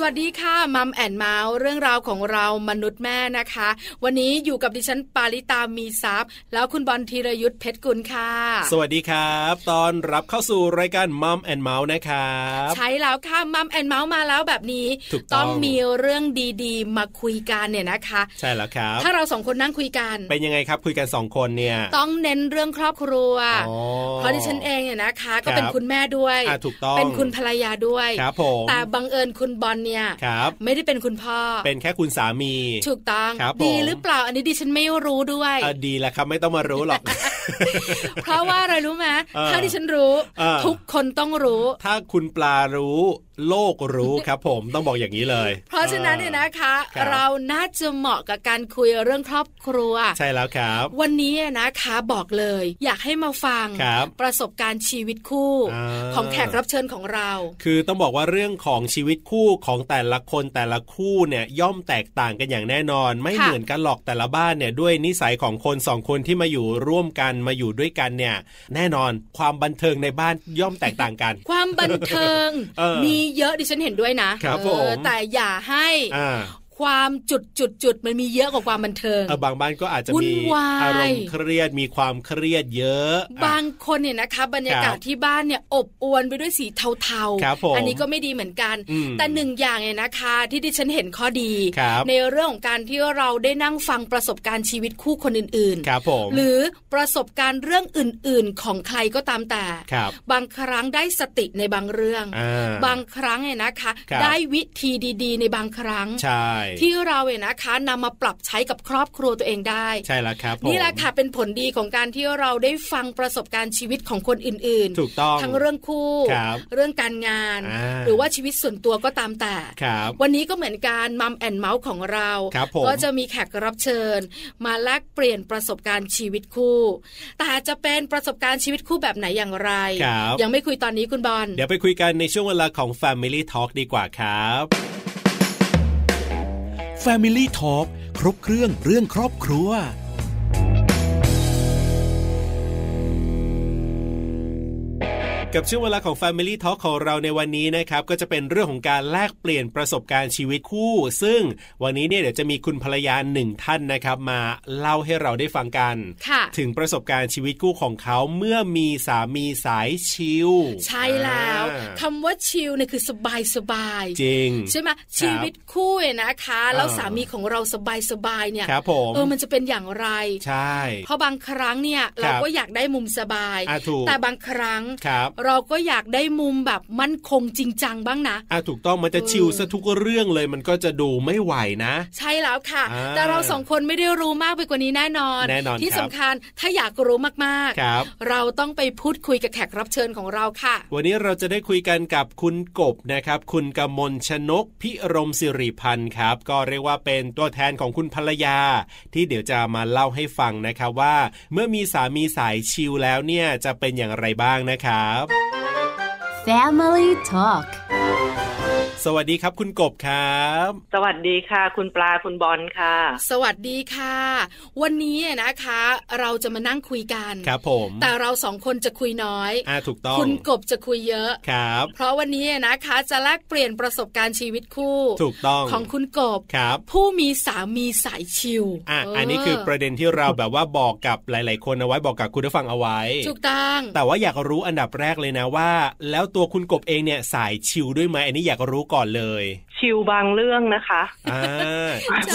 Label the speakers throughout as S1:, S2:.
S1: สวัสดีค่ะมัมแอนเมาส์เรื่องราวของเรามนุษย์แม่นะคะ วันนี้อยู่กับดิฉันปาริตามีซัพย์ แล้วคุณบอลธีรยุทธเพชรกุลค่ะ
S2: สวัสดีครับตอนรับเข้าสู่รายการมัมแอนเมาส์นะครับ
S1: ใช้แล้วค่ะมัมแอนเมาส์มาแล้วแบบนี้
S2: ถูกต้อง
S1: มีเรื่องดีๆ มาคุยกันเนี่ยนะคะ
S2: ใช่แล้วครับ
S1: ถ้าเราสองคนนั่งคุยกัน
S2: เป็นยังไงครับคุยกันสองคนเนี่ย
S1: ต้องเน้นเรื่องครอบครัว
S2: อ๋อ
S1: เพราะดิฉันเองเนี่ยนะคะ ก็
S2: ครับ
S1: เป็นคุณแม่ด้วย
S2: อ่ะถูกต้อง
S1: เป็นคุณภรรยาด้วย
S2: ครับผม
S1: แต่บังเอิญคุณบอลเนี่ย
S2: ครับ
S1: ไม่ได้เป็นคุณพ่อ
S2: เป็นแค่คุณสามี
S1: ถูกต้อง
S2: ครับผม
S1: ดีหรือเปล่าอันนี้ดิฉันไม่รู้ด้วย
S2: อ่ะดีแล้วครับไม่ต้องมารู้ หรอก
S1: เพราะว่าอะไรรู้ไหม
S2: เออ
S1: ถ้าดิฉันรู้
S2: เออ
S1: ทุกคนต้องรู้
S2: ถ้าคุณปลารู้ โลกรู้ครับผมต้องบอกอย่างนี้เลย
S1: เพราะฉะนั้นเนี่ยนะคะ
S2: ครับ
S1: เราน่าจะเหมาะกับการคุยเรื่องครอบครัว
S2: ใช่แล้วครับ
S1: วันนี้นะคะบอกเลย อยากให้มาฟัง
S2: ครับ
S1: ประสบการณ์ชีวิตคู่
S2: อ่า
S1: ของแขกรับเชิญของเรา
S2: คือต้องบอกว่าเรื่องของชีวิตคู่ของแต่ละคนแต่ละคู่เนี่ยย่อมแตกต่างกันอย่างแน่นอน ไม่
S1: ค่ะ
S2: เหมือนกันหรอกแต่ละบ้านเนี่ยด้วยนิสัยของคนสองคนที่มาอยู่ร่วมกันมาอยู่ด้วยกันเนี่ย แน่นอนความบันเทิงในบ้านย่อมแตกต่างกัน
S1: ความบันเทิง
S2: เออ
S1: มีเยอะดิฉันเห็นด้วยนะครับ เอ
S2: ผ
S1: อ
S2: ม
S1: แต่อย่าให้
S2: อ่า
S1: ความจุดจุดจุดมันมีเยอะกว่าความบันเทิง
S2: เออบางบ้านก็อาจจะ
S1: วุ่น
S2: มี
S1: วาย
S2: อารมณ์เครียดมีความเครียดเยอะอ่ะ
S1: บางคนเนี่ยนะคะ บรรยากาศ
S2: ครับ
S1: ที่บ้านเนี่ยอบอวลไปด้วยสีเทา
S2: ครับผม
S1: อันนี้ก็ไม่ดีเหมือนกัน
S2: อืม
S1: แต่หนึ่งอย่างเนี่ยนะคะ ที่ดิฉันเห็นข้อดี
S2: ครับ
S1: ในเรื่องของการที่เราได้นั่งฟังประสบการณ์ชีวิตคู่คนอื่น
S2: ครับผม
S1: ๆ หรือประสบการณ์เรื่องอื่นๆ ของใครก็ตามแต่
S2: ครับ
S1: บางครั้งได้สติในบางเรื่อง
S2: อ่
S1: บางครั้งเนี่ยนะคะ
S2: ครับ
S1: ได้วิธีดีๆ ในบางครั้ง
S2: ใช่
S1: ที่เราเนี่ยนะคะนำมาปรับใช้กับครอบครัวตัวเองได้
S2: ใช่แล้วครับผม
S1: นี่แหละค่ะเป็นผลดีของการที่เราได้ฟังประสบการณ์ชีวิตของคนอื่น
S2: ถูกต้อง
S1: ทั้งเรื่องคู่
S2: ครับ
S1: เรื่องการงาน
S2: อ่า
S1: หรือว่าชีวิตส่วนตัวก็ตามแต่
S2: ครับ
S1: วันนี้ก็เหมือนการมัมแอนเมาส์ของเรา
S2: ครับผม
S1: ก็จะมีแขกรับเชิญ มาแลกเปลี่ยนประสบการณ์ชีวิตคู่ แต่จะเป็นประสบการณ์ชีวิตคู่แบบไหนอย่างไร
S2: ครับ
S1: ยังไม่คุยตอนนี้คุณบอล
S2: เดี๋ยวไปคุยกันในช่วงเวลาของ Family Talk ดีกว่าครับ
S3: Family Talk ครบเครื่องเรื่องครอบครัว
S2: กับช่วงเวลาของ Family Talk ของเราในวันนี้นะครับ ก็จะเป็นเรื่องของการแลกเปลี่ยนประสบการณ์ชีวิตคู่ ซึ่งวันนี้เนี่ยเดี๋ยวจะมีคุณภรรยาหนึ่งท่านนะครับ มาเล่าให้เราได้ฟังกัน
S1: ค่ะ
S2: ถึงประสบการณ์ชีวิตคู่ของเขาเมื่อมีสามีสายชิล
S1: ใช่แล้ว
S2: อ่า
S1: คำว่าชิลเนี่ยคือสบายสบายๆ
S2: จริง
S1: ใช่ไหมชีวิตคู่เนี่ยนะคะ แล้วสามีของเราสบายสบายๆเนี่ย
S2: ครับผม
S1: เออมันจะเป็นอย่างไร
S2: ใช่
S1: เพราะบางครั้งเนี่ย
S2: ครั
S1: เรา
S2: บ
S1: ก็อยากได้มุมสบาย
S2: อ่ะถูก
S1: แต่บางครั้ง
S2: ครับ
S1: เราก็อยากได้มุมแบบมั่นคงจริงจังบ้างนะ
S2: อ่ะถูกต้องมันจะชิล
S1: เออ
S2: ซะทุกเรื่องเลยมันก็จะดูไม่ไหวนะ
S1: ใช่แล้วค่ะ
S2: อ่า
S1: แต่เราสองคนไม่ได้รู้มากไปกว่านี้แน่นอน
S2: แน่นอน
S1: ที่
S2: ครับ
S1: สำคัญถ้าอยากรู้มาก
S2: ครับ
S1: ๆ เราต้องไปพูดคุยกับแขกรับเชิญของเราค่ะ
S2: วันนี้เราจะได้คุยกันกับคุณกบนะครับ คุณกมลชนกพิรมสิริพันธ์ครับ ก็เรียกว่าเป็นตัวแทนของคุณภรรยา ที่เดี๋ยวจะมาเล่าให้ฟังนะครับว่า เมื่อมีสามีสายชิลแล้วเนี่ยจะเป็นอย่างไรบ้างนะครับ
S4: Family Talk
S2: สวัสดีครับคุณกบครับ
S5: สวัสดีค่ะ คุณปลาคุณบอลค่ะ
S1: สวัสดีค่ะ วันนี้นะคะ เราจะมานั่งคุยกัน
S2: ครับผม
S1: แต่เราสองคนจะคุยน้อย
S2: อ่าถูกต้อง
S1: คุณกบจะคุยเยอะ
S2: ครับ
S1: เพราะวันนี้นะคะจะแลกเปลี่ยนประสบการณ์ชีวิตคู่
S2: ถูกต้อง
S1: ของคุณกบ
S2: ครับ
S1: ผู้มีสามีสายชิว
S2: อ่ะ
S1: เ
S2: อันนี้คือประเด็นที่เราแบบว่าบอกกับหลาย ๆ คนเอาไว้บอกกับคุณผู้ฟังเอาไว้
S1: ถูกต้อง
S2: แต่ว่าอยากรู้อันดับแรกเลยนะว่า แล้วตัวคุณกบเองเนี่ยสายชิลด้วยไหมอันนี้อยากรู้ก่อนเลย
S5: ชิวบางเรื่องนะคะ
S2: อ่า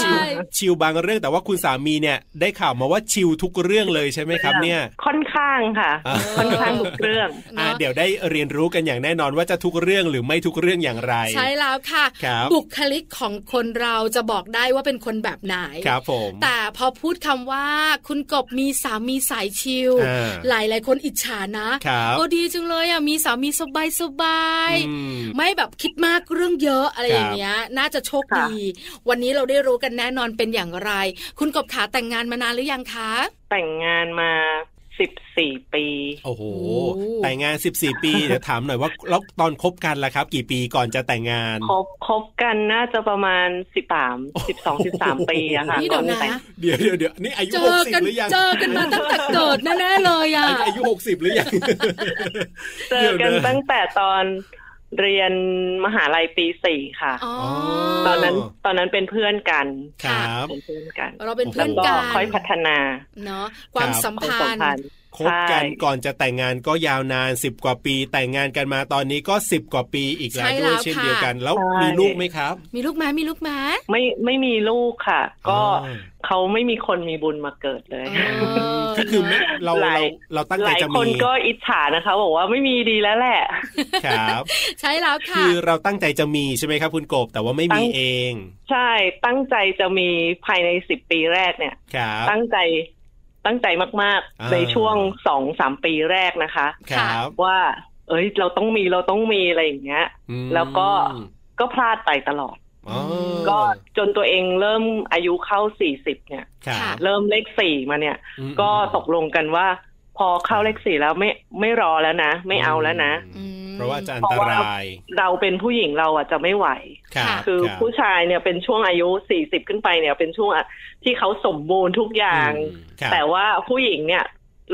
S1: ใช่
S2: ชิลชิลบางเรื่องแต่ว่าคุณสามีเนี่ยได้ข่าวมาว่าชิลทุกเรื่องเลยใช่ไหมครับเนี่ย
S5: ค่อนข้างค่ะ
S2: อ่า
S5: ค่อนข้างทุกเรื่อง
S2: อ่า
S1: เนาะ
S2: เดี๋ยวได้เรียนรู้กันอย่างแน่นอนว่าจะทุกเรื่องหรือไม่ทุกเรื่องอย่างไร
S1: ใช่แล้วค่ะ
S2: ครับ
S1: บุคลิกของคนเราจะบอกได้ว่าเป็นคนแบบไหน
S2: ครับผม
S1: แต่พอพูดคำว่าคุณกบมีสามีสายชิว
S2: อ่า
S1: หลายหลายๆคนอิจฉานะครับ ก็ดีจังเลยอ่ะมีสามีสบายสบายๆ
S2: อืม
S1: ไม่แบบคิดมากเรื่องเยอะอะไรอ
S2: ครับ
S1: ย่างเงี้ย น่าจะโชคดี วันนี้เราได้รู้กันแน่นอนเป็นอย่างไร คุณกบขาแต่งงานมานานหรือยังคะ
S5: แต่งงานมาสิบสี่ปี
S2: โอ้โห
S1: โอ้
S2: แต่งงาน 14 ปี เดี๋ยวถามหน่อยว่าแล้วตอนคบกันล่ะครับ กี่ปีก่อนจะแต่งงาน
S5: คบคบกันน่าจะประมาณสิบสามสิบสองสิบสามปีอะค่ะ
S1: นี่เดี๋ยว
S5: ก่อ
S1: นะ
S5: แต่ง
S2: เดี๋ยวเดี๋ยวเดี๋ยวนี่อายุ
S1: เจ
S2: ห
S1: อก
S2: สิบ
S1: กัน
S2: หรือยัง
S1: เจอกันมาตั้งแต่เกิดแน่ๆเลยอ่ะ
S2: อายุอายุหกสิบหรือยัง
S5: เจอกัน
S2: เดี๋ยวนะ
S5: ตั้งแต่ตอนเรียนมหาลัยปีสี่ค่ะ
S1: อ๋อ
S5: ตอนนั้นตอนนั้นเป็นเพื่อนกัน
S2: ค
S1: ค่ะ
S2: รับ
S5: เป็นเพื่อนกัน
S1: เราเป็น
S5: แล้
S1: เพื่อ
S5: วน ก็
S1: กัน
S5: ค่อยพัฒนา
S1: เนาะความ
S2: ครับ
S1: สัม
S5: ค
S1: พั
S5: วามสัม
S1: นธ์
S5: พันธ์
S2: คบกัน
S5: ใช่
S2: ก่อนจะแต่งงานก็ยาวนาน 10 กว่าปี แต่งงานกันมาตอนนี้ก็ 10 กว่าปีอีกแล้ว
S1: ใช่
S2: ด้
S1: แล้ววย
S2: เช่นเดียว
S1: ค่ะ
S2: กันแล้วมีลูกไหมครับ
S1: มีลูกไหม้มีลูกไหม้
S5: ไม่ไม่มีลูกค่ะ ก็
S2: อ่า
S5: เขาไม่มีคนมีบุญมาเกิดเลย
S2: ก็คือไม่เรา
S5: หลา
S2: เรา
S5: ย
S2: เราตั้ง
S5: ห
S2: ใจ
S5: ลาย
S2: จะ
S5: ค
S2: มี
S5: นก็อิจฉานะคะ บอกว่าไม่มีดีแล้วแหละ
S2: ครับ
S1: ใช่แล้วค่ะ
S2: คือเราตั้งใจจะมีใช่ไหมครับ คุณกบแต่ว่าไม่
S5: ตั้
S2: มี
S5: ง
S2: เอง
S5: ใช่ตั้งใจจะมีภายในสิบปีแรกเนี่ย
S2: ครับ
S5: ตั้งใจตั้งใจมาก
S2: อ่า
S5: ๆ ในช่วงสองสามปีแรกนะคะ
S2: ครับ
S5: ว่า เอ้ย เราต้องมีเราต้องมีอะไรอย่างเงี้ย
S2: อืม
S5: แล้วก็ ก็พลาดไปตลอด
S2: อ๋อ
S5: ก็จนตัวเองเริ่มอายุเข้าสี่สิบเนี่ย
S2: ครับ
S5: เริ่มเลขสี่มาเนี่ย
S2: อืม
S5: ก็ตกลงกันว่า พอเข้าเลขสี่แล้วไม่ไม่รอแล้วนะ ไม่เอาแล้วนะ
S2: อืมเพราะว่าจะอันตราย
S5: เราเป็นผู้หญิงเราอ่ะจะไม่ไหว
S2: รับ
S5: คือ
S2: รับ
S5: ผู้ชายเนี่ยเป็นช่วงอายุสี่สิบขึ้นไปเนี่ย เป็นช่วงอะที่เขาสมบูรณ์ทุกอย่าง
S2: อืมครับ
S5: แต่ว่าผู้หญิงเนี่ย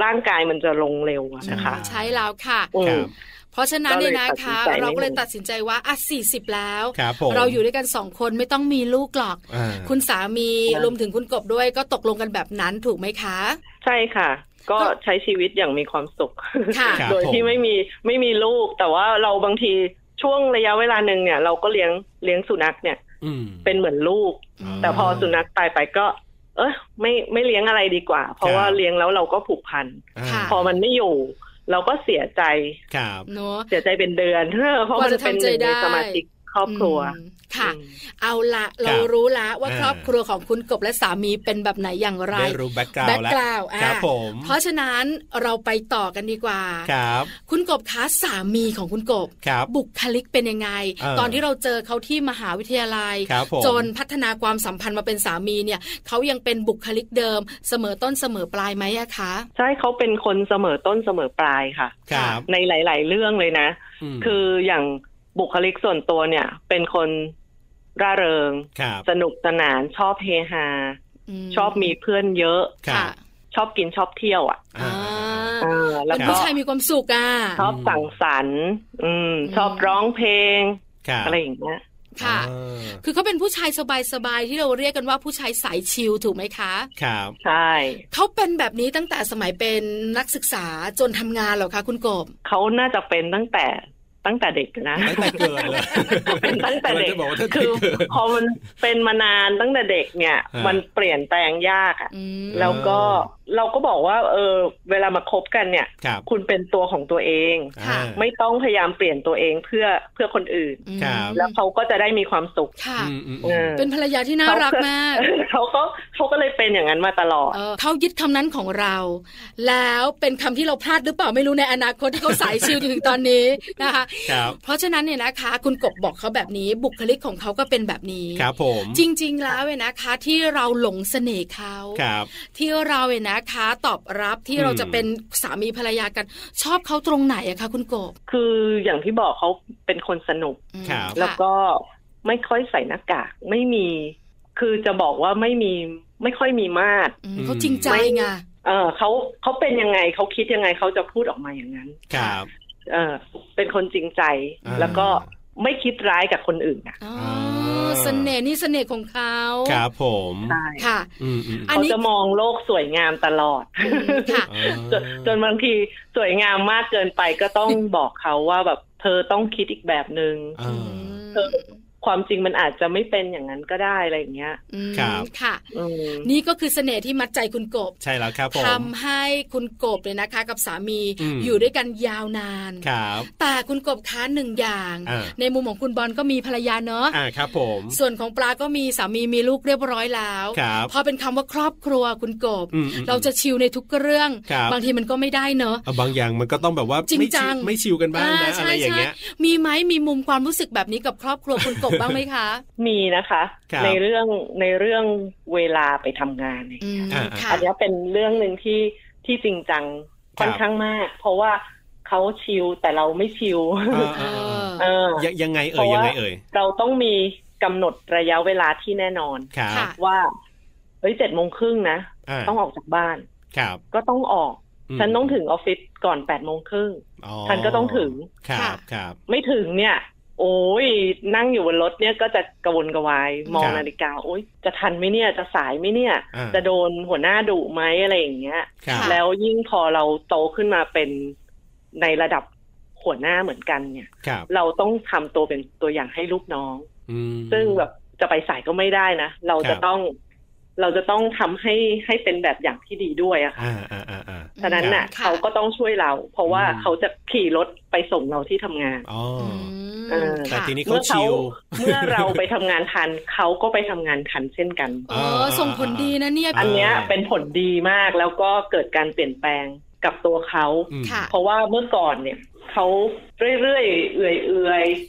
S5: ร่างกายมันจะลงเร็วอะนะคะ
S1: ใช่แล้วค่ะ
S5: อื
S2: ครั
S5: ม
S2: บ
S1: เพราะฉะนั้นเนี่ยนะ
S5: ก็เลยตัดสิน
S1: คะ
S5: ใจ
S1: เราก็เลย
S5: ไม่มี
S1: ตัดสินใจว่าอ่ะสี่สิบแล้ว
S2: ครับผม
S1: เราอยู่ด้วยกันสองคนไม่ต้องมีลูกหรอก
S2: อ่า
S1: คุณสามี
S5: ครับ
S1: รวมถึงคุณกบด้วยก็ตกลงกันแบบนั้นถูกไหมคะ
S5: ใช่ค่ะ ก็
S1: ก็
S5: ใช้ชีวิตอย่างมีความสุข
S1: ค่ะ
S2: ครับ
S5: โดย
S2: ผ
S5: ที่
S2: ม
S5: ไม่มีไม่มีลูก แต่ว่าเราบางทีช่วงระยะเวลาหนึ่งเนี่ย เราก็เลี้ยงเลี้ยงสุนัขเนี่ย
S2: อืม
S5: เป็นเหมือนลูก
S2: อืม
S5: แต่พอสุนัขตายไปก็ เออไม่ไม่เลี้ยงอะไรดีกว่า เพราะว่าเลี้ยงแล้วเราก็ผูกพัน
S2: อ่า
S1: ค่ะ
S5: พอมันไม่อยู่ เราก็เสียใจ
S2: ครับ
S1: เนาะ
S5: เสียใจเป็นเดือน เพราะมันเป็นหนึ่งในสมาชิกครอบครัว
S1: อืมค่ะ
S5: อืม
S1: เอาละเรารู้ละว่าครอบครัวของคุณกบและสามีเป็นแบบไหนอย่างไร
S2: ได้รู้แบ็กกราวด์แล้ว
S1: background อ่ะ
S2: ครับผม
S1: เพราะฉะนั้นเราไปต่อกันดีกว่า
S2: ครับ
S1: คุณกบคะสามีของคุณกบ
S2: ครับ
S1: บุคลิกเป็นยังไง
S2: เออ
S1: ตอนที่เราเจอเขาที่มหาวิทยาลัย
S2: ครับผม
S1: จนพัฒนาความสัมพันธ์มาเป็นสามีเนี่ยเขายังเป็นบุคลิกเดิมเสมอต้นเสมอปลายไหมอะคะ
S5: ใช่เขาเป็นคนเสมอต้นเสมอปลายค่ะ
S2: ครับ
S5: ในหลาย ๆ เรื่องเลยนะ
S2: ม
S5: คืออย่างบุคลิกส่วนตัวเนี่ย เป็นคนร่าเริง
S2: ครับ
S5: สนุกสนานชอบเฮฮา ชอบมีเพื่อนเยอะ
S2: ครับ
S5: ชอบกินชอบเที่ยวอ่ะ
S2: อ่า
S5: เออแล้
S1: แล้ว ว
S5: ก็
S1: ผู้ชายมีความสุขอ่ะ
S5: ชอบสั่งสรรค์อืม ชอบร้องเพลง
S2: ครับ
S5: อะไรอย่างเงี้ย
S1: ค่ะ
S2: อ่า
S1: คือเขาเป็นผู้ชายสบายๆที่เราเรียกกันว่าผู้ชายสายชิลถูกไหมคะ
S2: ครับ
S5: ใช่
S1: เขาเป็นแบบนี้ตั้งแต่สมัยเป็นนักศึกษาจนทำงานเหรอคะคุณกบ
S5: เขาน่าจะเป็นตั้งแต่ตั้งแต่เด็กนะ
S2: ตั้งแต่เกิดเลย
S5: เป็นตั้งแต่เด็ก
S2: ำลัจะบอกว่าตั้งแต่
S5: คือ
S2: เกิด
S5: พอมันเป็นมานานตั้งแต่เด็กเนี่ย
S2: ฮะ
S5: มันเปลี่ยนแปลงยากอะ
S1: อืม
S5: แล้วก็เราก็บอกว่า เออ เวลามาคบกันเนี่ย
S2: ครับ
S5: คุณเป็นตัวของตัวเอง
S1: ค่ะ
S2: อ่า
S5: ไม่ต้องพยายามเปลี่ยนตัวเองเพื่อเพื่อคนอื่น
S1: อืม
S2: ครับ
S5: แล้วเขาก็จะได้มีความสุข
S1: ค่ะ
S2: อืมอืม
S5: เออ
S1: เป็นภรรยาที่น่ารักมาก
S5: เขาก็เขาก็เลยเป็นอย่างนั้นมาตลอด
S1: เออเขายึดคำนั้นของเรา แล้วเป็นคำที่เราพลาดหรือเปล่าไม่รู้ในอนาคตที่เขาสายชิลจนถึงตอนนี้นะคะ
S2: ครับ
S1: เพราะฉะนั้นเนี่ยนะคะ คุณกบบอกเขาแบบนี้บุคลิกของเขาก็เป็นแบบนี้
S2: ครับผม
S1: จริง ๆ แล้วเนี่ยนะคะ ที่เราหลงเสน่ห์เขา
S2: ครับ
S1: ที่เราเนี่ยนะคะตอบรับที่
S2: อืม
S1: เราจะเป็นสามีภรรยากัน ชอบเขาตรงไหนอะคะคุณกบ
S5: คืออย่างที่บอกเขาเป็นคนสนุก
S1: อืม
S2: ครับ
S1: ะ
S5: แล้วก็ไม่ค่อยใส่หน้ากาก ไม่มี คือจะบอกว่าไม่มีไม่ค่อยมีมาตร
S1: อืมเขาจริงใจไง
S5: เออเขาเขาเป็นยังไงเขาคิดยังไงเขาจะพูดออกมาอย่างนั้น
S2: ครับ
S5: เออ เป็นคนจริงใจ
S2: อ่า
S5: แล้วก็ไม่คิดร้ายกับคนอื่นนะ
S1: อ๋อ
S2: อ
S1: เสน่ห์นี่เสน่ห์ของเขา
S2: ครับผม
S5: ใช่
S1: ค่ะ
S2: อืมอืม
S1: อัน
S5: เขา
S1: นี้
S5: จะมองโลกสวยงามตลอด
S1: อืมค่ะ
S2: อ่า
S5: จนจนบางทีสวยงามมากเกินไปก็ต้อง บอกเขาว่าแบบเธอต้องคิดอีกแบบหนึง่ง
S2: อ่า
S1: เออ
S5: ความจริงมันอาจจะไม่เป็นอย่างนั้นก็ได้อะไรอย่างเงี้ย
S1: อืม
S2: ครับ
S1: ค่ะ
S5: อืม
S1: นี่ก็คือเสน่ห์ที่มัดใจคุณกบ
S2: ใช่แล้วครับผม
S1: ทำให้คุณกบเลยนะคะ กับสามี
S2: อืม
S1: อยู่ด้วยกันยาวนาน
S2: ครับ
S1: แต่คุณกบค้าหนึ่งอย่าง
S2: อ่า
S1: ในมุมของคุณบอลก็มีภรรยาเนอะ
S2: อ่าครับผม
S1: ส่วนของปลาก็มีสามีมีลูกเรียบร้อยแล้ว
S2: ครับ
S1: พอเป็นคำว่าครอบครัวคุณกบ
S2: อืมอืม
S1: เราจะชิลในทุกเรื่อง
S2: ครับ
S1: งทีมันก็ไม่ได้เนอะ
S2: อ่ะบางอย่างมันก็ต้องแบบว่า
S1: จริง
S2: ไม่ชิ
S1: จัง
S2: ไม่ชิวกันบ้างนะอะ
S1: ใช่
S2: ไรอย่างเงี้ย
S1: ใช่มีไหมมีมุมความรู้สึกแบบนี้กับครอบครัวคุณกบบ้างไหมคะ
S5: มีนะคะ
S2: ครับ
S5: ในเรื่องในเรื่องเวลาไปทำงานเนี่ย
S1: อืม
S2: อ่า
S1: ค่ะ
S5: อันเนี้ยเป็นเรื่องหนึ่งที่ที่จริงจัง ค่อนข้างมาก เพราะว่าเขาชิลแต่เราไม่ชิล
S2: เออ
S1: เอ
S2: เออเอ
S1: อ
S2: อ
S5: เออ
S2: ยังยังไง
S5: เพ
S2: เอ่ย
S5: ราะว่ายั
S2: ยังไงเอ่ย
S5: เราต้องมีกำหนดระยะเวลาที่แน่นอน
S2: ครับ
S1: ค่ะ
S5: ว่าเฮ้ยเจ็ดโมงครึ่งนะ
S2: อ่า
S5: ต้องออกจากบ้าน
S2: ครับ
S5: ก็ต้องออก
S2: ม
S5: ฉันต้องถึงออฟฟิศก่อนแปดโมงครึ่ง
S2: อ๋อ
S5: ฉันก็ต้องถึง
S2: ครับครับ
S5: ไม่ถึงเนี่ย โอ้ยนั่งอยู่บนรถเนี่ยก็จะกระวนกระวาย มองนาฬิกา โอ้ยจะทันไหมเนี่ย จะสายไหมเนี่ย
S2: อ่า
S5: จะโดนหัวหน้าดุไหมอะไรอย่างเงี้ย
S2: ครับ
S5: แล้วยิ่งพอเราโตขึ้นมาเป็นในระดับหัวหน้าเหมือนกันเนี่ย
S2: ครับ
S5: เราต้องทำตัวเป็นตัวอย่างให้ลูกน้อง
S2: อืม
S5: ซึ่งแบบจะไปสายก็ไม่ได้นะ เรา
S2: ครั
S5: จะ
S2: บ
S5: ต้อง เราจะต้องทำให้ให้เป็นแบบอย่างที่ดีด้วยอะค่ะ
S2: อ่าอ่าอ่าอ่า
S5: ฉะนั้นน่ะ
S1: อืมค่ะ
S5: เขาก็ต้องช่วยเรา เพราะว่า
S2: อืม
S5: เขาจะขี่รถไปส่งเราที่ทำงาน
S2: อ๋อ
S1: อื
S2: อ
S1: ม
S5: เออ
S2: แต่
S1: ค่ะ
S2: ทีนี้เขา
S5: เมื่อเขา
S2: ชิล
S5: เมื่อเราไปทำงานทัน เขาก็ไปทำงานทันเช่นกัน
S1: เออส่งผลดีนะเนี่ย
S5: อันเนี้ย
S2: อ่า
S5: เป็นผลดีมากแล้วก็เกิดการเปลี่ยนแปลงกับตัวเขา
S2: อืม
S1: ค่ะ
S5: เพราะว่าเมื่อก่อนเนี่ยเขาเรื่อยๆเอื่อย ๆ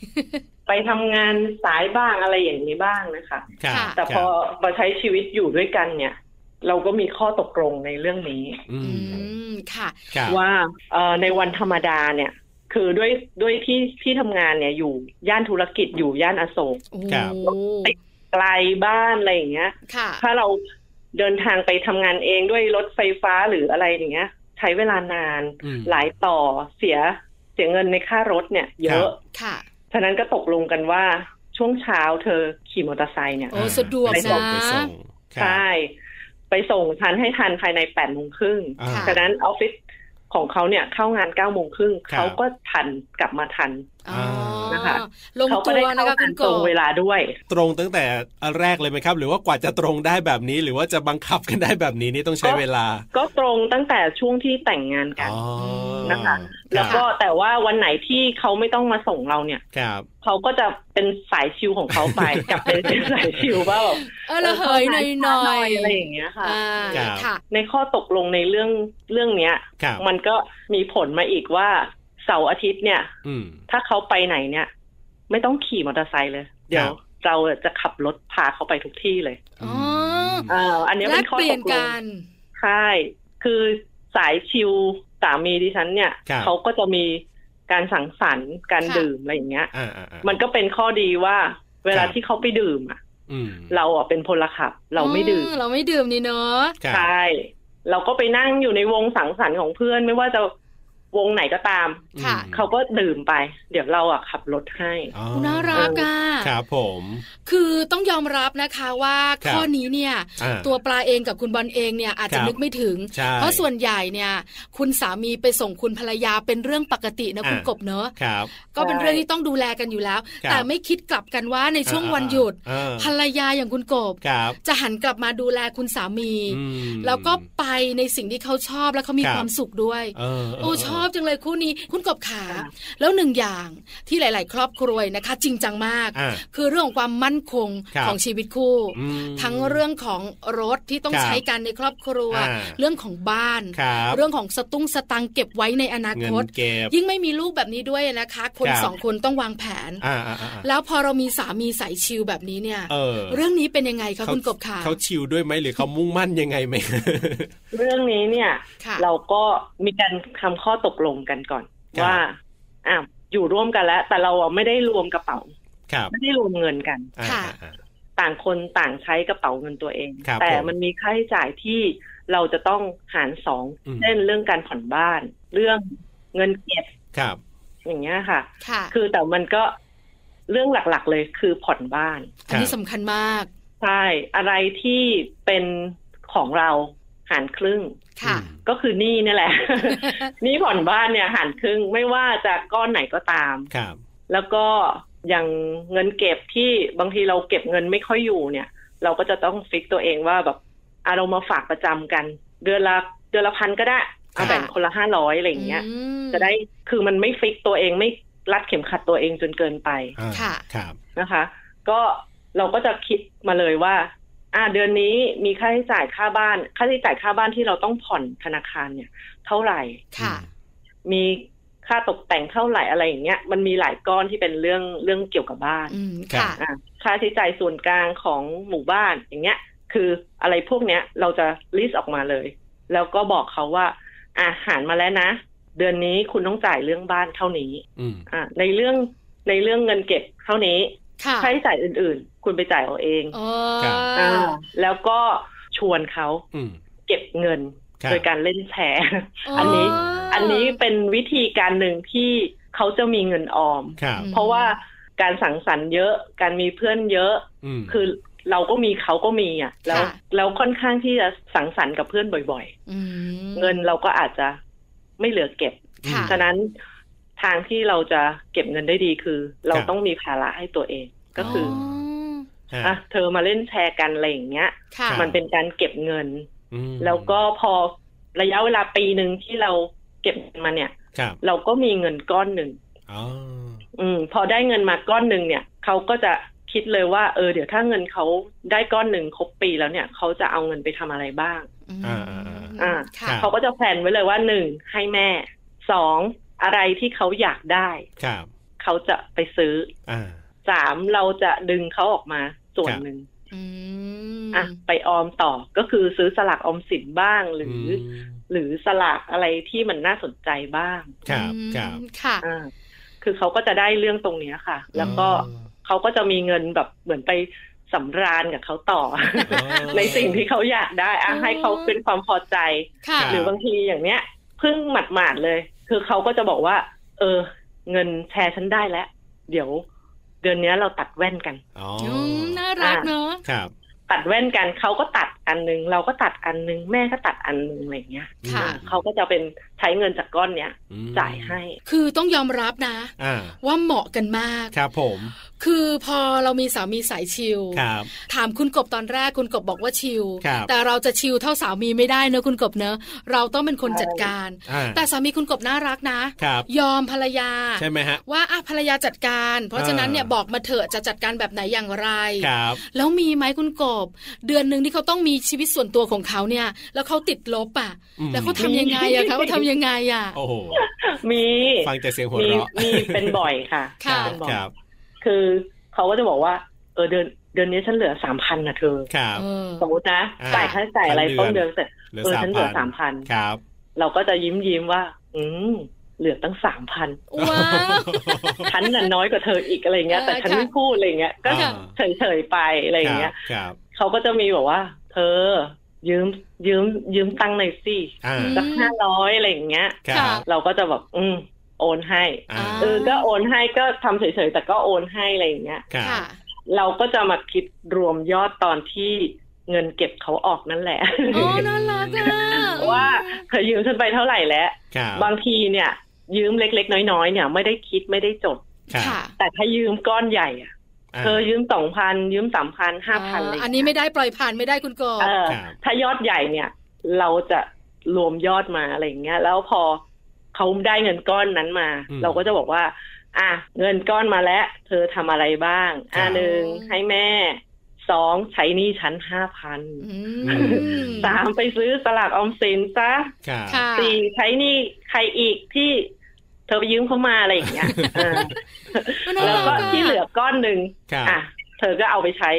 S5: ไปทำงานสายบ้างอะไรอย่างนี้บ้างนะคะ
S2: ครับ
S1: ค่ะ
S5: แต่พอ
S2: ครับ
S5: มาใช้ชีวิตอยู่ด้วยกันเนี่ย เราก็มีข้อตกลงในเรื่องนี้
S2: อื
S1: อื
S2: ม
S1: มค่ะ
S2: ครับ
S5: ว่าเอ่อในวันธรรมดาเนี่ย คือด้วยด้วยที่ที่ทำงานเนี่ยอยู่ย่านธุรกิจอยู่ย่านอโศก
S1: โอ้
S5: ไกลบ้านอะไรอย่างเงี้ย
S1: ค่ะ
S5: ถ้าเราเดินทางไปทำงานเองด้วยรถไฟฟ้าหรืออะไรอย่างเงี้ย ใช้เวลานาน
S2: อืม
S5: หลายต่อเสียเสียเงินในค่ารถเนี่ย เย
S2: ครับ
S5: อะ
S1: ค่ะ
S5: ฉะนั้นก็ตกลงกันว่าช่วงเช้าเธอขี่มอเตอร์ไซค์เนี่ย
S1: โอ้สะดวก
S2: ไปส่ง
S1: นะ
S2: ไปส่งครับ
S5: ใช่ ไปส่งทันให้ทันภายในแปดโมงครึ่ง
S2: อ่า
S1: ค่ะ
S5: ฉะนั้นออฟฟิศของเขาเนี่ยเข้างานเก้าโมงครึ่ง
S2: ครับ
S5: เขาก็ทันกลับมาทัน
S1: อ๋อ
S5: นะคะ
S1: ลง
S5: เขา
S1: ตั
S5: ก็
S1: ว
S5: ได้
S1: นะ
S5: เข้า
S1: คะ
S5: งา
S1: คุ
S5: น
S1: ณก
S5: ตรง
S1: บ
S5: เวลาด้วย
S2: ตรงตั้งแต่อันแรกเลยไหมครับ หรือว่ากว่าจะตรงได้แบบนี้ หรือว่าจะบังคับกันได้แบบนี้นี่ต้องใช้เวลา
S5: ก็ตรงตั้งแต่ช่วงที่แต่งงานกัน
S2: อ๋อ
S5: นะคะ
S2: ค
S5: แล้ว
S2: รับ
S5: ก็แต่ว่าวันไหนที่เขาไม่ต้องมาส่งเราเนี่ย
S2: ครับ
S5: เขาก็จะเป็นสายชิลของเขาไป กลับเป็นสายชิลว่าแบบ
S1: เออละเหยหน่อยหน่อง
S5: เข้าาย ช้าอะไรอย่างเงี้ยค่ะ
S1: อ่า
S2: ครับ
S1: ค่ะ
S5: ในข้อตกลงในเรื่องเรื่องเนี้ย
S2: ครับ
S5: มันก็มีผลมาอีกว่าเสาร์อาทิตย์เนี่ย
S2: อืม
S5: ถ้าเขาไปไหนเนี่ย ไม่ต้องขี่มอเตอร์ไซค์เลย เดี๋ยวเราจะขับรถพาเขาไปทุกที่เลย
S1: อ๋อ
S5: เอออันเนี้ย
S1: และ
S5: เป็นข้อ
S1: เปลี่ย
S5: ต
S1: น
S5: กลง
S1: กัน
S5: ใช่คือสายชิลสามีดิฉันเนี่ย
S2: ครับ
S5: เขาก็จะมีการสังสรรค์การ
S1: ค่ะ
S5: ดื่มอะไรอย่างเงี้ย
S2: อ่าอ่าอ่า
S5: มันก็เป็นข้อดีว่า เวลา
S2: ครับ
S5: ที่เขาไปดื่มอะ
S2: อืม
S5: เราอะเป็นพลขับ เราไม่ดื่ม
S1: อ๋อเราไม่ดื่มนี่เนาะ
S2: ครับ
S5: ใช่เราก็ไปนั่งอยู่ในวงสังสรรค์ของเพื่อน ไม่ว่าจะวงไหนก็ตาม
S1: ค่ะ
S2: อืม
S5: เขาก็ดื่มไป เดี๋ยวเราอะขับรถให้
S2: อ๋อ
S1: น่ารักอ่ะ
S2: ครับผม
S1: คือต้องยอมรับนะคะว่า
S2: ครับ
S1: ข้อนี้เนี่ย
S2: อ่า
S1: ตัวปลาเองกับคุณบอลเองเนี่ยอาจจะ
S2: ครับ
S1: นึกไม่ถึง
S2: ใช่
S1: เพราะส่วนใหญ่เนี่ย คุณสามีไปส่งคุณภรรยาเป็นเรื่องปกตินะ
S2: อ่า
S1: คุณกบเนอะ
S2: ครับ
S1: ก็เป็นเรื่องที่ต้องดูแลกันอยู่แล้ว
S2: ครับ
S1: แต่ไม่คิดกลับกันว่าในช่วงวันหยุด
S2: อ่า
S1: ภรรยาอย่างคุณกบ
S2: ครับ
S1: จะหันกลับมาดูแลคุณสามี
S2: อืม
S1: แล้วก็ไปในสิ่งที่เขาชอบแล้วเขามี
S2: ครับ
S1: ความสุขด้วย
S2: เออเ
S1: โอ้ชอบจังเลยคู่นี้คุณกบขา
S5: ค่ะ
S1: แล้วหนึ่งอย่างที่หลาย ๆ ครอบครัวนะคะ จริงจังมาก
S2: อ่า
S1: คือเรื่องของความมั่นคง
S2: ครับ
S1: ของชีวิตคู่
S2: อืม
S1: ทั้งเรื่องของรถที่ต้อง
S2: ครับ
S1: ใช้กันในครอบครัว
S2: อ่า
S1: เรื่องของบ้าน
S2: ครับ
S1: เรื่องของสตุ้งสตังค์เก็บไว้ในอนา
S2: เงิ
S1: คน ต
S2: เก็บ
S1: ยิ่งไม่มีลูกแบบนี้ด้วยนะคะ คน
S2: ครับ
S1: สองคนต้องวางแผน
S2: อ่าอ่าอ่าอ่า
S1: แล้วพอเรามีสามีสายชิลแบบนี้เนี่ย
S2: เออ
S1: เรื่องนี้เป็นยังไงคะคุณกบขา
S2: เขาชิลด้วยไหมหรือเขามุ่งมั่นยังไงไหม
S5: เรื่องนี้เนี่ย
S1: ค่ะ
S5: เราก็มีการทำข้อตกลงกันก่อน
S2: ครับ
S5: ว่าอ่ะอยู่ร่วมกันแล้ว แต่เราอะไม่ได้รวมกระเป๋า
S2: ครับ
S5: ไม่ได้รวมเงินกัน
S2: อ่า
S1: ค่ะ
S2: อ่า
S5: ต่างคนต่างใช้กระเป๋าเงินตัวเอง
S2: ครับ
S5: แต่
S2: ผม
S5: มันมีค่าใช้จ่ายที่เราจะต้องหารสอง
S2: อืม
S5: เช่นเรื่องการผ่อนบ้าน เรื่องเงินเก็บ
S2: ครับ
S5: อย่างเงี้ยค่ะ
S1: ค่ะ
S5: คือแต่มันก็เรื่องหลักๆเลยคือผ่อนบ้าน
S1: อันนี้สำคัญมาก
S5: ใช่อะไรที่เป็นของเราหารครึ่ง
S1: ค่ะ
S2: อืม
S5: ก็คือหนี้นี่แหละ หนี้ผ่อนบ้านเนี่ยหารครึ่งไม่ว่าจะก้อนไหนก็ตาม
S2: ครับ
S5: แล้วก็อย่างเงินเก็บที่บางทีเราเก็บเงินไม่ค่อยอยู่เนี่ย เราก็จะต้องฟิกตัวเองว่าแบบอะเรามาฝากประจำกัน เดือนละเดือนละพันก็ได้เอา
S1: ค่ะ
S5: แบ่งคนละห้าร้อยอะไรอย่างเงี้ย
S1: อืม
S5: จะได้คือมันไม่ฟิกตัวเองไม่รัดเข็มขัดตัวเองจนเกินไป
S2: อ่า
S1: ค่ะ
S2: ครับ
S5: นะคะ ก็เราก็จะคิดมาเลยว่า อ่าเดือนนี้มีค่าใช้จ่ายค่าบ้าน ค่าใช้จ่ายค่าบ้านที่เราต้องผ่อนธนาคารเนี่ย เท่าไหร่
S1: ค่ะ
S5: มีค่าตกแต่งเท่าไหร่อะไรอย่างเงี้ยมันมีหลายก้อนที่เป็นเรื่องเรื่องเกี่ยวกับบ้าน
S1: อืม
S2: ครับ
S1: ค่ะ
S5: อ่ะค่าใช้จ่ายส่วนกลางของหมู่บ้านอย่างเงี้ย คืออะไรพวกเนี้ยเราจะลิสต์ออกมาเลย แล้วก็บอกเขาว่า อาหารมาแล้วนะ เดือนนี้คุณต้องจ่ายเรื่องบ้านเท่านี้
S2: อืม
S5: อ่ะในเรื่องในเรื่องเงินเก็บเท่านี้
S1: ค่ะ
S5: ค่าใช้จ่ายอื่นๆ คุณไปจ่ายเอาเอง
S1: เอ
S5: อ่า
S1: อ
S5: แล้วก็ชวนเขา
S2: อืม
S5: เก็บเงิน
S2: ครับ
S5: โดยการเล่นแชร์
S1: อ
S5: อั
S1: อั
S5: นนี้ อันนี้เป็นวิธีการหนึ่งที่เขาจะมีเงินออม
S2: ครับ
S5: เพราะว่าการสังสรรค์เยอะการมีเพื่อนเยอะ
S2: อืม
S5: คือเราก็มีเขาก็มีอ่ะแล้ว
S1: ค่ะ
S5: แล้วค่อนข้างที่จะสังสรรค์กับเพื่อนบ่อย ๆ เงินเราก็อาจจะไม่เหลือเก็บ
S1: ค่ะ
S5: ฉะนั้นทางที่เราจะเก็บเงินได้ดีคือ เราต้องมีภาระให้ตัวเองก็คืออ
S2: ฮะ
S5: อ่ะเธอมาเล่นแชร์กันอะไรอย่างเงี้ย
S1: ค่ะ
S2: รับ
S5: มันเป็นการเก็บเงิน
S2: อืม
S5: แล้วก็พอระยะเวลาปีหนึ่งที่เราเก็บมาเนี่ย
S2: ครับ
S5: เราก็มีเงินก้อนหนึ่ง
S2: อ๋อ
S5: อืม พอได้เงินมาก้อนหนึ่งเนี่ยเขาก็จะคิดเลยว่าเออเดี๋ยวถ้าเงินเขาได้ก้อนหนึ่งครบปีแล้วเนี่ยเขาจะเอาเงินไปทำอะไรบ้าง อ่า
S1: ค่ะ
S5: เขาก็จะแพลนไว้เลยว่าหนึ่งให้แม่สองอะไรที่เขาอยากได้
S2: ครับ
S5: เขาจะไปซื้อ
S2: อ่า
S5: สามเราจะดึงเขาออกมาส่วน
S2: ครับ
S5: หนึ่ง
S1: อืม
S5: อ่ะไปออมต่อก็คือซื้อสลากออมสินบ้างหรือ
S2: ม
S5: หรือสลากอะไรที่มันน่าสนใจบ้าง
S2: ครับครับ
S1: ค่ะ
S5: อ่าคือเขาก็จะได้เรื่องตรงเนี้ยค่ะ แล้วก็เขาก็จะมีเงินแบบเหมือนไปสำราญกับเขา ต่อ
S2: อ๋อ
S5: ในสิ่งที่เขาอยากได้อ่ะ
S1: อ๋อ
S5: ให้เขาเป็นความพอใจ
S1: ค่ะ
S2: รับ
S5: หรือบางทีอย่างเนี้ยเพิ่งหมาดๆเลย คือเขาก็จะบอกว่า เออ เงินแชร์ฉันได้แล้ว เดี๋ยว เดือนเนี้ยเราตัดแว่นกัน
S2: อ๋อ
S1: อืมน่ารักเนอะ
S2: ครับ
S5: ตัดแว่นกันเขาก็ตัดอันนึง เราก็ตัดอันนึง แม่ก็ตัดอันนึงอะไรเงี้ย
S1: ค่ะ
S5: เขาก็จะเป็นใช้เงินจากก้อนเนี้ย
S2: อืม
S5: จ่ายให้
S1: คือต้องยอมรับนะ
S2: อ่า
S1: ว่าเหมาะกันมาก
S2: ครับผม
S1: คือพอเรามีสามีสายชิล
S2: ครับ
S1: ถามคุณกบตอนแรกคุณกบบอกว่าชิล
S2: ครับ
S1: แต่เราจะชิลเท่าสามีไม่ได้เนอะคุณกบเนอะ เราต้องเป็นคนจัดการ
S2: อ่า
S1: แต่สามีคุณกบน่ารักนะ
S2: ครับ
S1: ยอมภรรยา
S2: ใช่ไหมฮะ
S1: ว่าอ่ะภรรยาจัดการ เพราะฉะนั้นเนี่ย
S2: อ่า
S1: บอกมาเถอะจะจัดการแบบไหนอย่างไร
S2: ครับ
S1: แล้วมีไหมคุณกบ เดือนหนึ่งที่เขาต้องมีชีวิตส่วนตัวของเขาเนี่ย แล้วเขาติดลบอ่ะ
S2: อืม
S1: แล้วเขาทำยังไง อะคะเขาทำยังไงอ่ะ
S2: โอ้โห
S5: มี
S2: ฟังแต่เสียงหัว
S5: มี
S2: เราะ
S5: มีเป็นบ่อยค่ะ
S1: ค่ะ
S5: เป็นบ่อ
S2: ค
S5: ย
S2: รับ
S5: คือเขาก็จะบอกว่า เออเดือนเดือนนี้ฉันเหลือสามพันนะเธอ
S2: ครับ
S1: เออ
S5: สมมตินะ
S2: อ่า
S5: จ่ายค่าใช้จ่ายอะไร
S2: ทั้งเดือน
S5: ต้นเดือนเสร็จ
S2: เหลือ
S5: เออ
S2: สาม
S5: ฉันเหลื
S2: พั
S5: อน สามพัน
S2: ครับ
S5: เราก็จะยิ้มยิ้มว่า อืมเหลือตั้งสามพัน
S1: ว้าว
S5: ฉันน่ะน้อยกว่าเธออีกอะไรเงี้ย
S1: เออ
S5: แต่ฉัน
S1: ค่ะ
S5: ไม่พูดอะไรเงี้ย ก็
S2: อ่า
S5: เฉยเฉยๆไปอะไรเงี้ย
S2: ครับ
S5: เขาก็จะมีแบบว่า เธอ ยืมยืมยืมตังค์หน่อยสิ
S2: อ่า
S1: อืม
S5: สักห้าร้อยอะไรอย่างเงี้ย
S2: ครับ
S5: เราก็จะแบบอืมโอนให้
S2: อ่า
S5: เออก็โอนให้ก็ทำเฉยๆแต่ก็โอนให้อะไรอย่างเงี้ย
S2: ครับ
S1: ค่ะ
S5: เราก็จะมาคิดรวมยอดตอนที่เงินเก็บเขาออกนั่นแหละ
S1: อ๋อ น่ารักอ่ะ
S5: ว่าเธอยืมฉันไปเท่าไหร่แล้ว
S2: ครับ
S5: บางทีเนี่ย ยืมเล็กๆ น้อยๆเนี่ยไม่ได้คิดไม่ได้จด
S2: ครับ
S1: ค่ะ
S5: แต่ถ้ายืมก้อนใหญ่อะ
S2: า
S5: เธอยืมสองพันยืมสามพันห้าพันอะไร
S1: อันนี้ไม่ได้ปล่อยผ่านไม่ได้คุณกบ
S5: เออ
S2: ครับ
S5: ถ้ายอดใหญ่เนี่ย เราจะรวมยอดมาอะไรอย่างเงี้ย แล้วพอเขาได้เงินก้อนนั้นมา
S2: อืม
S5: เราก็จะบอกว่า อ่ะเงินก้อนมาแล้ว เธอทำอะไรบ้าง
S2: ครั
S5: อ่ะ
S2: บ
S5: หนึ่งให้แม่สองใช้หนี้ชั้นห้าพัน
S1: อืม
S5: สามไปซื้อสลากออมสินซะ
S2: ครับ
S1: ค่ะ
S5: สี่ใช้หนี้ใครอีกที่ เธอไปยืมเขามาอะไร อย่างเงี้ยเออ
S1: น่า
S5: แล้ว
S1: รัก
S5: ก็
S1: อ่ะ
S5: ที่เหลือก้อนหนึ่ง
S2: ครับ
S5: อ่ะเธอก็เอาไปใช้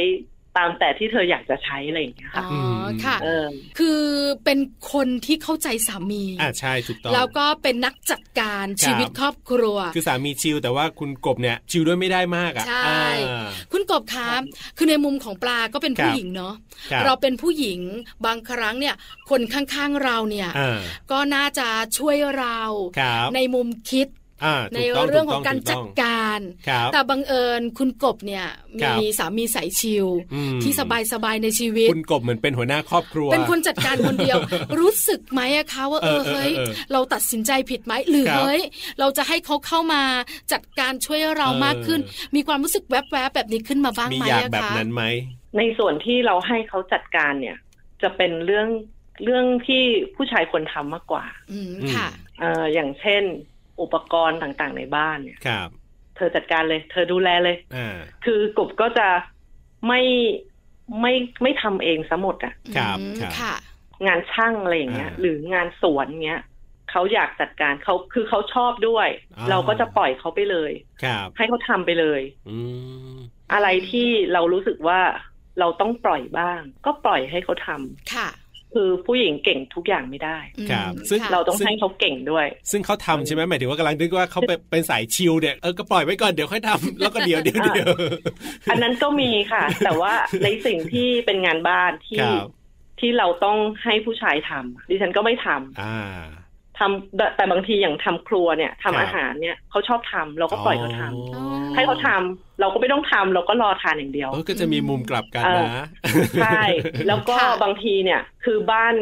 S5: ตามแต่ที่เธออยากจะใช้อะไรอย่างเงี้ย
S1: อ๋
S5: ค่ะ
S1: อค่ะ
S5: เออ
S1: คือเป็นคนที่เข้าใจสามี
S2: อ่าใช่ถูกต้อง
S1: แล้วก็เป็นนักจัดการ
S2: ครับ
S1: ชีวิตครอบครัว
S2: คือสามีชิลแต่ว่าคุณกบเนี่ย ชิลด้วยไม่ได้มากอ่ะ
S1: ใช่
S2: อ่า
S1: คุณกบคะคือในมุมของปลาก็เป็น
S2: ครั
S1: ผู้
S2: บ
S1: หญิงเนาะ
S2: คบ
S1: เราเป็นผู้หญิงบางครั้งเนี่ยคนข้างๆเราเนี่ย
S2: อ่า
S1: ก็น่าจะช่วยเรา
S2: ครับ
S1: ในมุมคิด
S2: อ่า
S1: ใน
S2: ถูต้
S1: เรื่องของ
S2: ถู
S1: การ
S2: ต้
S1: จัดการ
S2: ครับ
S1: แต่บังเอิญคุณกบเนี่ย
S2: ครั
S1: มี
S2: บ
S1: สามีสายชิล
S2: อืม
S1: ที่สบายๆในชีวิต
S2: คุณกบเหมือนเป็นหัวหน้าครอบครัว
S1: เป็นคนจัดการคน เดียว รู้สึกไหมอะคะว่าเออ
S2: เออเออ
S1: เฮ้ย
S2: เออ
S1: เราตัดสินใจผิดไหมหรือ
S2: ครับ
S1: เฮ้ยเราจะให้เขาเข้ามาจัดการช่วยเรา
S2: เออ
S1: มากขึ้น มีความรู้สึกแวบๆแบบนี้ขึ้นมาบ้าง
S2: มี
S1: ไหม
S2: อยาก
S1: อะ
S2: แบบ
S1: คะ
S2: นั้นไหม
S5: ในส่วนที่เราให้เขาจัดการเนี่ย จะเป็นเรื่องเรื่องที่ผู้ชายควรทำมากกว่า
S1: อืมค่ะ
S5: เอ่ออย่างเช่น อุปกรณ์ต่างๆ ในบ้านเนี่ย
S2: ครับ
S5: เธอจัดการเลย เธอดูแลเลย
S2: อ่า
S5: คือกบก็จะไม่ไม่ไม่ทำเองซะหมดอะ
S2: ครับ
S1: อืม
S2: ครับ
S1: ค่ะ
S5: งานช่างอะไรอย่างเงี้ย
S2: อ่า
S5: หรืองานสวนเงี้ยเขาอยากจัดการเขาคือเขาชอบด้วย
S2: อ่า
S5: เราก็จะปล่อยเขาไปเลย
S2: ครับ
S5: ให้เขาทำไปเลย
S2: อืม
S5: อะไรที่เรารู้สึกว่าเราต้องปล่อยบ้าง ก็ปล่อยให้เขาทำ
S1: ค่ะ
S5: คือผู้หญิงเก่งทุกอย่างไม่ได้
S1: อืม
S2: ครับซึ่ง
S1: ค่ะ
S5: เราต้อง
S2: ซึ่ง
S5: ให้เขาเก่งด้วย
S2: ซึ่งเขาทำใช่ไหมหมายถึงว่ากำลังนึกว่าเขาเป็นเป็นสายชิลเนี่ยเออก็ปล่อยไว้ก่อนเดี๋ยวค่อยทำ แล้วก็เดี๋ยวเดี๋ยวเดี๋ยว
S5: อันนั้นก็มีค่ะ แต่ว่าในสิ่งที่เป็นงานบ้าน
S2: ค
S5: ที่
S2: รับ
S5: ที่เราต้องให้ผู้ชายทำดิฉันก็ไม่ทำ
S2: อ่า
S5: ทำแต่แต่บางทีอย่างทำครัวเนี่ยทำ
S2: ครับ
S5: อาหารเนี่ยเขาชอบทำเราก็ปล่อยเขาทำ
S2: อ๋อ
S5: ให้เขาทำเราก็ไม่ต้องทำเราก็รอทานอย่างเดียว
S2: เออก็จะมีมุมกลับกันนะ
S5: ใช่ แล้วก็
S1: ค่ะ
S5: บางทีเนี่ย คือบ้าน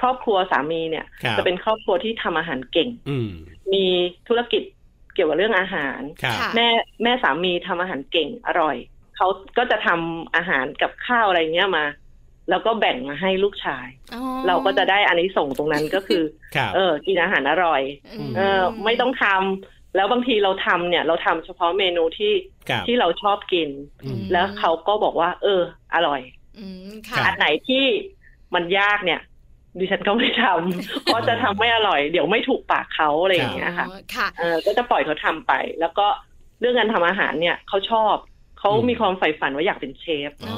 S5: ครอบครัวสามีเนี่ย
S2: ครับ
S5: จะเป็นครอบครัวที่ทำอาหารเก่ง
S2: อืม
S5: มีธุรกิจเกี่ยวกับเรื่องอาหาร
S2: ครับ
S1: ค่ะ
S5: แม่แม่สามีทำอาหารเก่งอร่อยเขาก็จะทำอาหารกับข้าวอะไรเงี้ยมา แล้วก็แบ่งมาให้ลูกชาย
S1: อ๋อ
S5: เราก็จะได้อันนี้ส่งส์ตรงนั้นก็คือ
S2: ครับ
S5: เออกินอาหารอร่อย
S1: ม
S5: เออ ไม่ต้องทำแล้วบางทีเราทำเนี่ย เราทำเฉพาะเมนูที่
S2: ครับ
S5: ที่เราชอบกิน
S2: อืม
S1: ม
S5: แล้วเขาก็บอกว่า เออ อร่อย
S1: อืมค่ะ
S2: ครั
S5: อั
S2: บ
S5: นไหนที่มันยากเนี่ย ดิฉันก็ไม่ท ำ เพราะจะทำไม่อร่อย เดี๋ยวไม่ถูกปากเขาอะไรอย่างเงี้ยค่ะ
S1: อ๋อค่ะ
S5: เออก็จะปล่อยเขาทำไป แล้วก็เรื่องการทำอาหารเนี่ยเขาชอบ เขา
S2: อืม
S5: มีความใฝ่ฝันว่าอยากเป็นเชฟ
S2: อ๋อ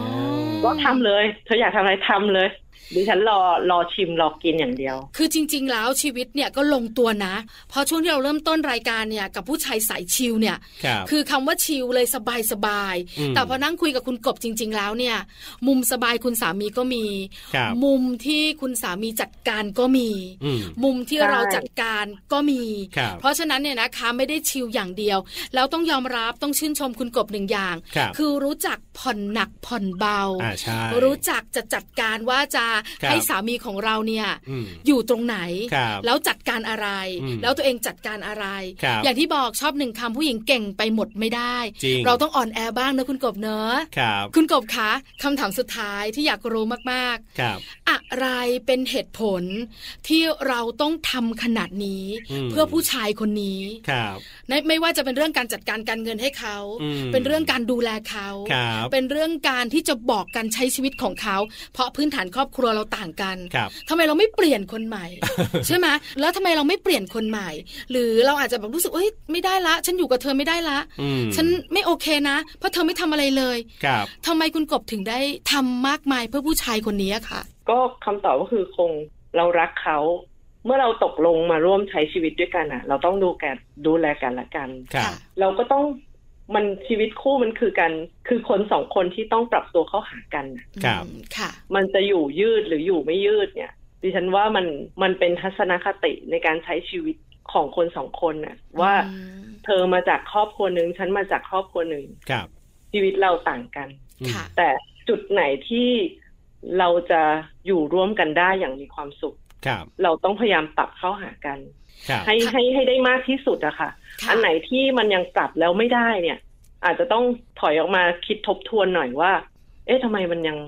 S5: ก็ทำเลย เธออยากทำอะไรทำเลย ดิฉันรอรอชิมรอกินอย่างเดียว
S1: คือจริง ๆ แล้วชีวิตเนี่ยก็ลงตัวนะ เพอช่วงที่เราเริ่มต้นรายการเนี่ยกับผู้ชายสายชิลเนี่ย
S2: ครับ
S1: คือคำว่าชิลเลยสบายสบายๆ
S2: อืม
S1: แต่พอนั่งคุยกับคุณกบจริง ๆ แล้วเนี่ย มุมสบายคุณสามีก็มี
S2: ครับ
S1: มุมที่คุณสามีจัดการก็มี
S2: อืม
S1: มุมที่
S5: ใช่
S1: เราจัดการก็มี
S2: ครับ
S1: เพราะฉะนั้นเนี่ยนะคะไม่ได้ชิลอย่างเดียว แล้วต้องยอมรับต้องชื่นชมคุณกบหนึ่งอย่าง
S2: ครับ
S1: คือรู้จักผ่อนหนักผ่อนเบา
S2: อ่าใช่
S1: รู้จักจะจัดการว่าจะ
S2: ครับ
S1: ให้สามีของเราเนี่ย
S2: อืม
S1: อยู่ตรงไหน
S2: ครับ
S1: แล้วจัดการอะไร
S2: อืม
S1: แล้วตัวเองจัดการอะไร
S2: ครับ
S1: อย่างที่บอกชอบหนึ่งคำผู้หญิงเก่งไปหมดไม่ได้
S2: จริง
S1: เราต้องอ่อนแอบ้างนะคุณกบเนอะ
S2: ครับ
S1: คุณกบคะคำถามสุดท้ายที่อยากรู้มาก
S2: ครับ
S1: ๆ อะไรเป็นเหตุผลที่เราต้องทำขนาดนี้
S2: อืม
S1: เพื่อผู้ชายคนนี้
S2: ครับ
S1: ในไม่ว่าจะเป็นเรื่องการจัดการการเงินให้เขา
S2: อืม
S1: เป็นเรื่องการดูแลเขา
S2: ครับ
S1: เป็นเรื่องการที่จะบอกการใช้ชีวิตของเขา เพราะพื้นฐานครอบครัวเราต่างกัน
S2: ครับ
S1: ทำไมเราไม่เปลี่ยนคนใหม่ ใช่ไหมแล้วทำไมเราไม่เปลี่ยนคนใหม่ หรือเราอาจจะแบบรู้สึกเอ้ยไม่ได้ละ ฉันอยู่กับเธอไม่ได้ละ
S2: อืม
S1: ฉันไม่โอเคนะ เพราะเธอไม่ทำอะไรเลย
S2: ครับ
S1: ทำไมคุณกบถึงได้ทำมากมายเพื่อผู้ชายคนนี้อะค่ะ
S5: ก็คำตอบก็คือคงเรารักเขา เมื่อเราตกลงมาร่วมใช้ชีวิตด้วยกันอ่ะ เราต้องดูแกนดูแลกันและกัน
S2: ครับ
S5: เราก็ต้องมันชีวิตคู่มันคือกันคือคนสองคนที่ต้องปรับตัวเข้าหากันน่ะ
S2: ครับ
S1: อืมค่ะ
S5: มันจะอยู่ยืดหรืออยู่ไม่ยืดเนี่ย ดิฉันว่ามันมันเป็นทัศนคติในการใช้ชีวิตของคนสองคนน่ะว่า
S1: อืม
S5: เธอมาจากครอบครัวหนึ่งฉันมาจากครอบครัวหนึ่ง
S2: ครับ
S5: ชีวิตเราต่างกัน
S2: อืม
S1: ค่ะ
S5: แต่จุดไหนที่เราจะอยู่ร่วมกันได้อย่างมีความสุข
S2: ครับ
S5: เราต้องพยายามปรับเข้าหากัน
S2: ครับ
S5: ให้ให้ให้ได้มากที่สุดอะค่ะ
S1: ค่ะ
S5: อันไหนที่มันยังปรับแล้วไม่ได้เนี่ย อาจจะต้องถอยออกมาคิดทบทวนหน่อยว่า เอ๊ะทำไมมันยัง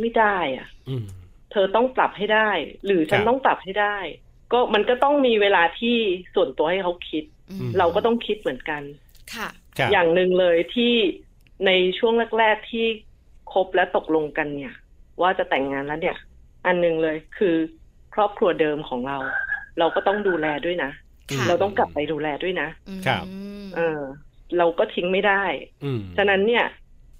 S5: ไม่ได้อะ
S2: อืม
S5: เธอต้องปรับให้ได้ หรือฉั
S2: ค
S5: น
S2: รับ
S5: ต้องปรับให้ได้ ก็มันก็ต้องมีเวลาที่ส่วนตัวให้เขาคิด
S1: อืม
S2: ม
S5: เราก็ต้องคิดเหมือนกัน
S1: ค่ะ
S2: ครับ
S5: อย่างหนึ่งเลยที่ในช่วงแรก ๆที่คบและตกลงกันเนี่ย ว่าจะแต่งงานแล้วเนี่ย อันหนึ่งเลยคือครอบครัวเดิมของเรา เราก็ต้องดูแลด้วยนะ
S1: ค่ะ
S5: เราต้องกลับไปดูแลด้วยนะ
S1: อืม
S2: ครับ
S5: เออ เราก็ทิ้งไม่ได้
S2: อืม
S5: ฉะนั้นเนี่ย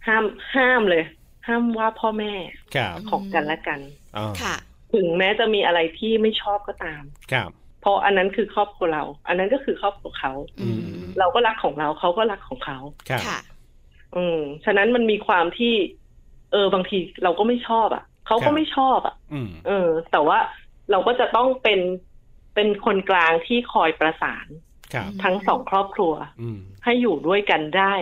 S5: ห้ามห้ามเลย ห้ามว่าพ่อแม่
S2: ครับ
S5: ของกันและกัน
S2: อ๋อ
S1: ค่ะ
S5: ถึงแม้จะมีอะไรที่ไม่ชอบก็ตาม
S2: ครับ
S5: เพราะอันนั้นคือครอบครัวเรา อันนั้นก็คือครอบครัวเขา
S1: อืม
S5: เราก็รักของเราเขาก็รักของเขา
S2: ครับ
S1: ค่ะ
S5: อืม ฉะนั้นมันมีความที่ เออบางทีเราก็ไม่ชอบอะ่ะเขา
S2: ครั
S5: ก็
S2: บ
S5: ไม่ชอบอะ่ะ
S2: อืม
S5: เออ แต่ว่าเราก็จะต้องเป็นเป็นคนกลางที่คอยประสาน
S2: ครับ
S1: อืม
S5: ทั้งสองครอบครัว
S2: อืม
S5: ให้อยู่ด้วยกันได้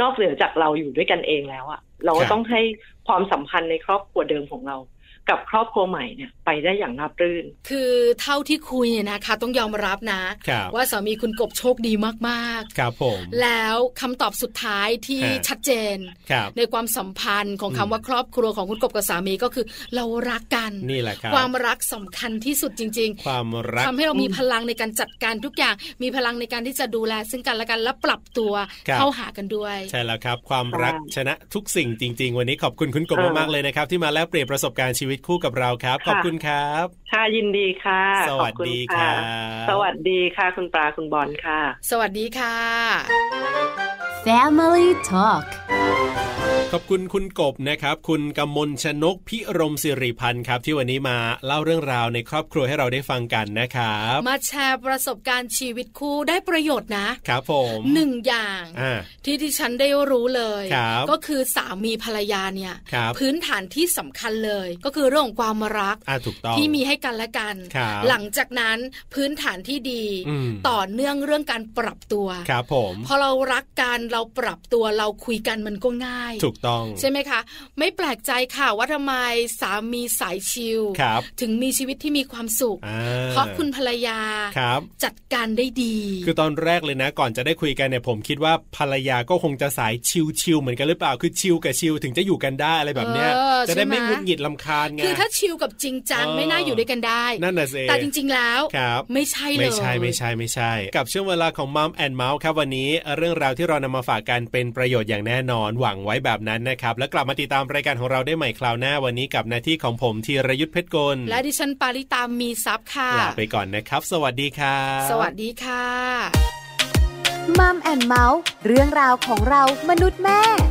S5: นอกเหนือจากเราอยู่ด้วยกันเองแล้วอะเรา
S2: ค
S5: ก็
S2: รับ
S5: ต้องให้ความสัมพันธ์ในครอบครัวเดิมของเรา กับครอบครัวใหม่เนี่ย ไปได้อย่างราบรื่น
S1: คือเท่าที่คุยเนี่ยนะคะ ต้องยอมรับนะ
S2: ครับ
S1: ว่าสามีคุณกบโชคดีมาก
S2: ครับผม
S1: ๆ แล้วคำตอบสุดท้ายที่
S2: ฮะ
S1: ชัดเจน
S2: ครับ
S1: ในความสัมพันธ์ของ
S2: อืม
S1: คำว่าครอบครัวของคุณกบกับสามีก็คือ เรารักกัน
S2: นี่แหละครับ
S1: ความรักสำคัญที่สุดจริง
S2: ความรั
S1: ๆ
S2: ก
S1: ทำให้เรามีพลังในการจัดการทุกอย่าง มีพลังในการที่จะดูแล ซึ่งกันและกันและปรับตัว
S2: ครับ
S1: เข้าหากันด้วย
S2: ใช่แล้วครับ ความรัก
S5: ใช่
S2: ชนะทุกสิ่งจริง ๆ วันนี้ขอบคุณคุณกบ
S5: เออ
S2: มากๆเลยนะครับ ที่มาแลกเปลี่ยนประสบการณ์ชีวิตคู่กับเราครับ
S5: ค่ะ
S2: ขอบคุณครับ
S5: ค่ะยินดีค่ะ
S2: ส
S5: ข
S2: วั
S5: อ
S2: ส
S5: บคุณ
S2: ดีค
S5: ค่ะ
S2: รับ
S5: สวัสดีค่ะ คุณปลาคุณบอลค่ะ
S1: สวัสดีค่ะ
S4: Family Talk
S2: ขอบคุณคุณกบนะครับ คุณกำมลชนกพิรมสิริพันธ์ครับ ที่วันนี้มาเล่าเรื่องราวในครอบครัวให้เราได้ฟังกันนะครับ
S1: มาแชร์ประสบการณ์ชีวิตคู่ได้ประโยชน์นะครับ
S2: ผม
S1: หนึ่งอย่าง
S2: อ่า
S1: ที่ที่ฉันได้รู้เลย
S2: ครับ
S1: ก็คือสามีภรรยาเนี่ย
S2: ครับ
S1: พื้นฐานที่สำคัญเลย ก็คือเรื่องของความรัก
S2: อ่าถูกต้อง
S1: ที่มีให้กันและกัน
S2: ครับ
S1: หลังจากนั้นพื้นฐานที่ดี
S2: อืม
S1: ต่อเนื่องเรื่องการปรับตัว
S2: ครับผม
S1: พอเรารักกันเราปรับตัวเราคุยกันมันก็ง่าย
S2: ถูกต้อง
S1: ใช่ไหมคะ ไม่แปลกใจค่ะว่าทำไมสามีสายชิล
S2: ครับ
S1: ถึงมีชีวิตที่มีความสุข
S2: อ่า
S1: เพราะคุณภรรยา
S2: ครับ
S1: จัดการได้ดี
S2: คือตอนแรกเลยนะ ก่อนจะได้คุยกันเนี่ยผมคิดว่าภรรยาก็คงจะสายชิลๆเหมือนกันหรือเปล่าคือชิลกับชิลถึงจะอยู่กันได้อะไรแบบเนี้ย
S1: เออ
S2: จะได้
S1: ใช่ไหม
S2: ไม่หงุดหงิดลำคาญไง
S1: คือถ้าชิลกับจริงจัง
S2: เออ
S1: ไม่น่าอยู่ด้วยกันได้
S2: นั่นน่ะสิ
S1: แต่จริง ๆ แล้ว
S2: ครับ
S1: ไม่ใช่เลย
S2: ไม่ใช่ไม่ใช่ไม่ใช่ กับช่วงเวลาของมัมแอนเมาส์ครับวันนี้เรื่องราวที่เรานำมาฝากกันเป็นประโยชน์อย่างแน่นอนหวังไว้แบบนั้นนะครับ แล้วกลับมาติดตามรายการของเราได้ใหม่คราวหน้าวันนี้กับหน้าที่ของผมธีรยุทธเพชรกล
S1: และดิฉันปาริตามมีซับค่ะ
S2: ลาไปก่อนนะครับ สวัสดีครับ
S1: สวัสดีค่ะ
S4: มัมแอนเมาส์เรื่องราวของเรามนุษย์แม่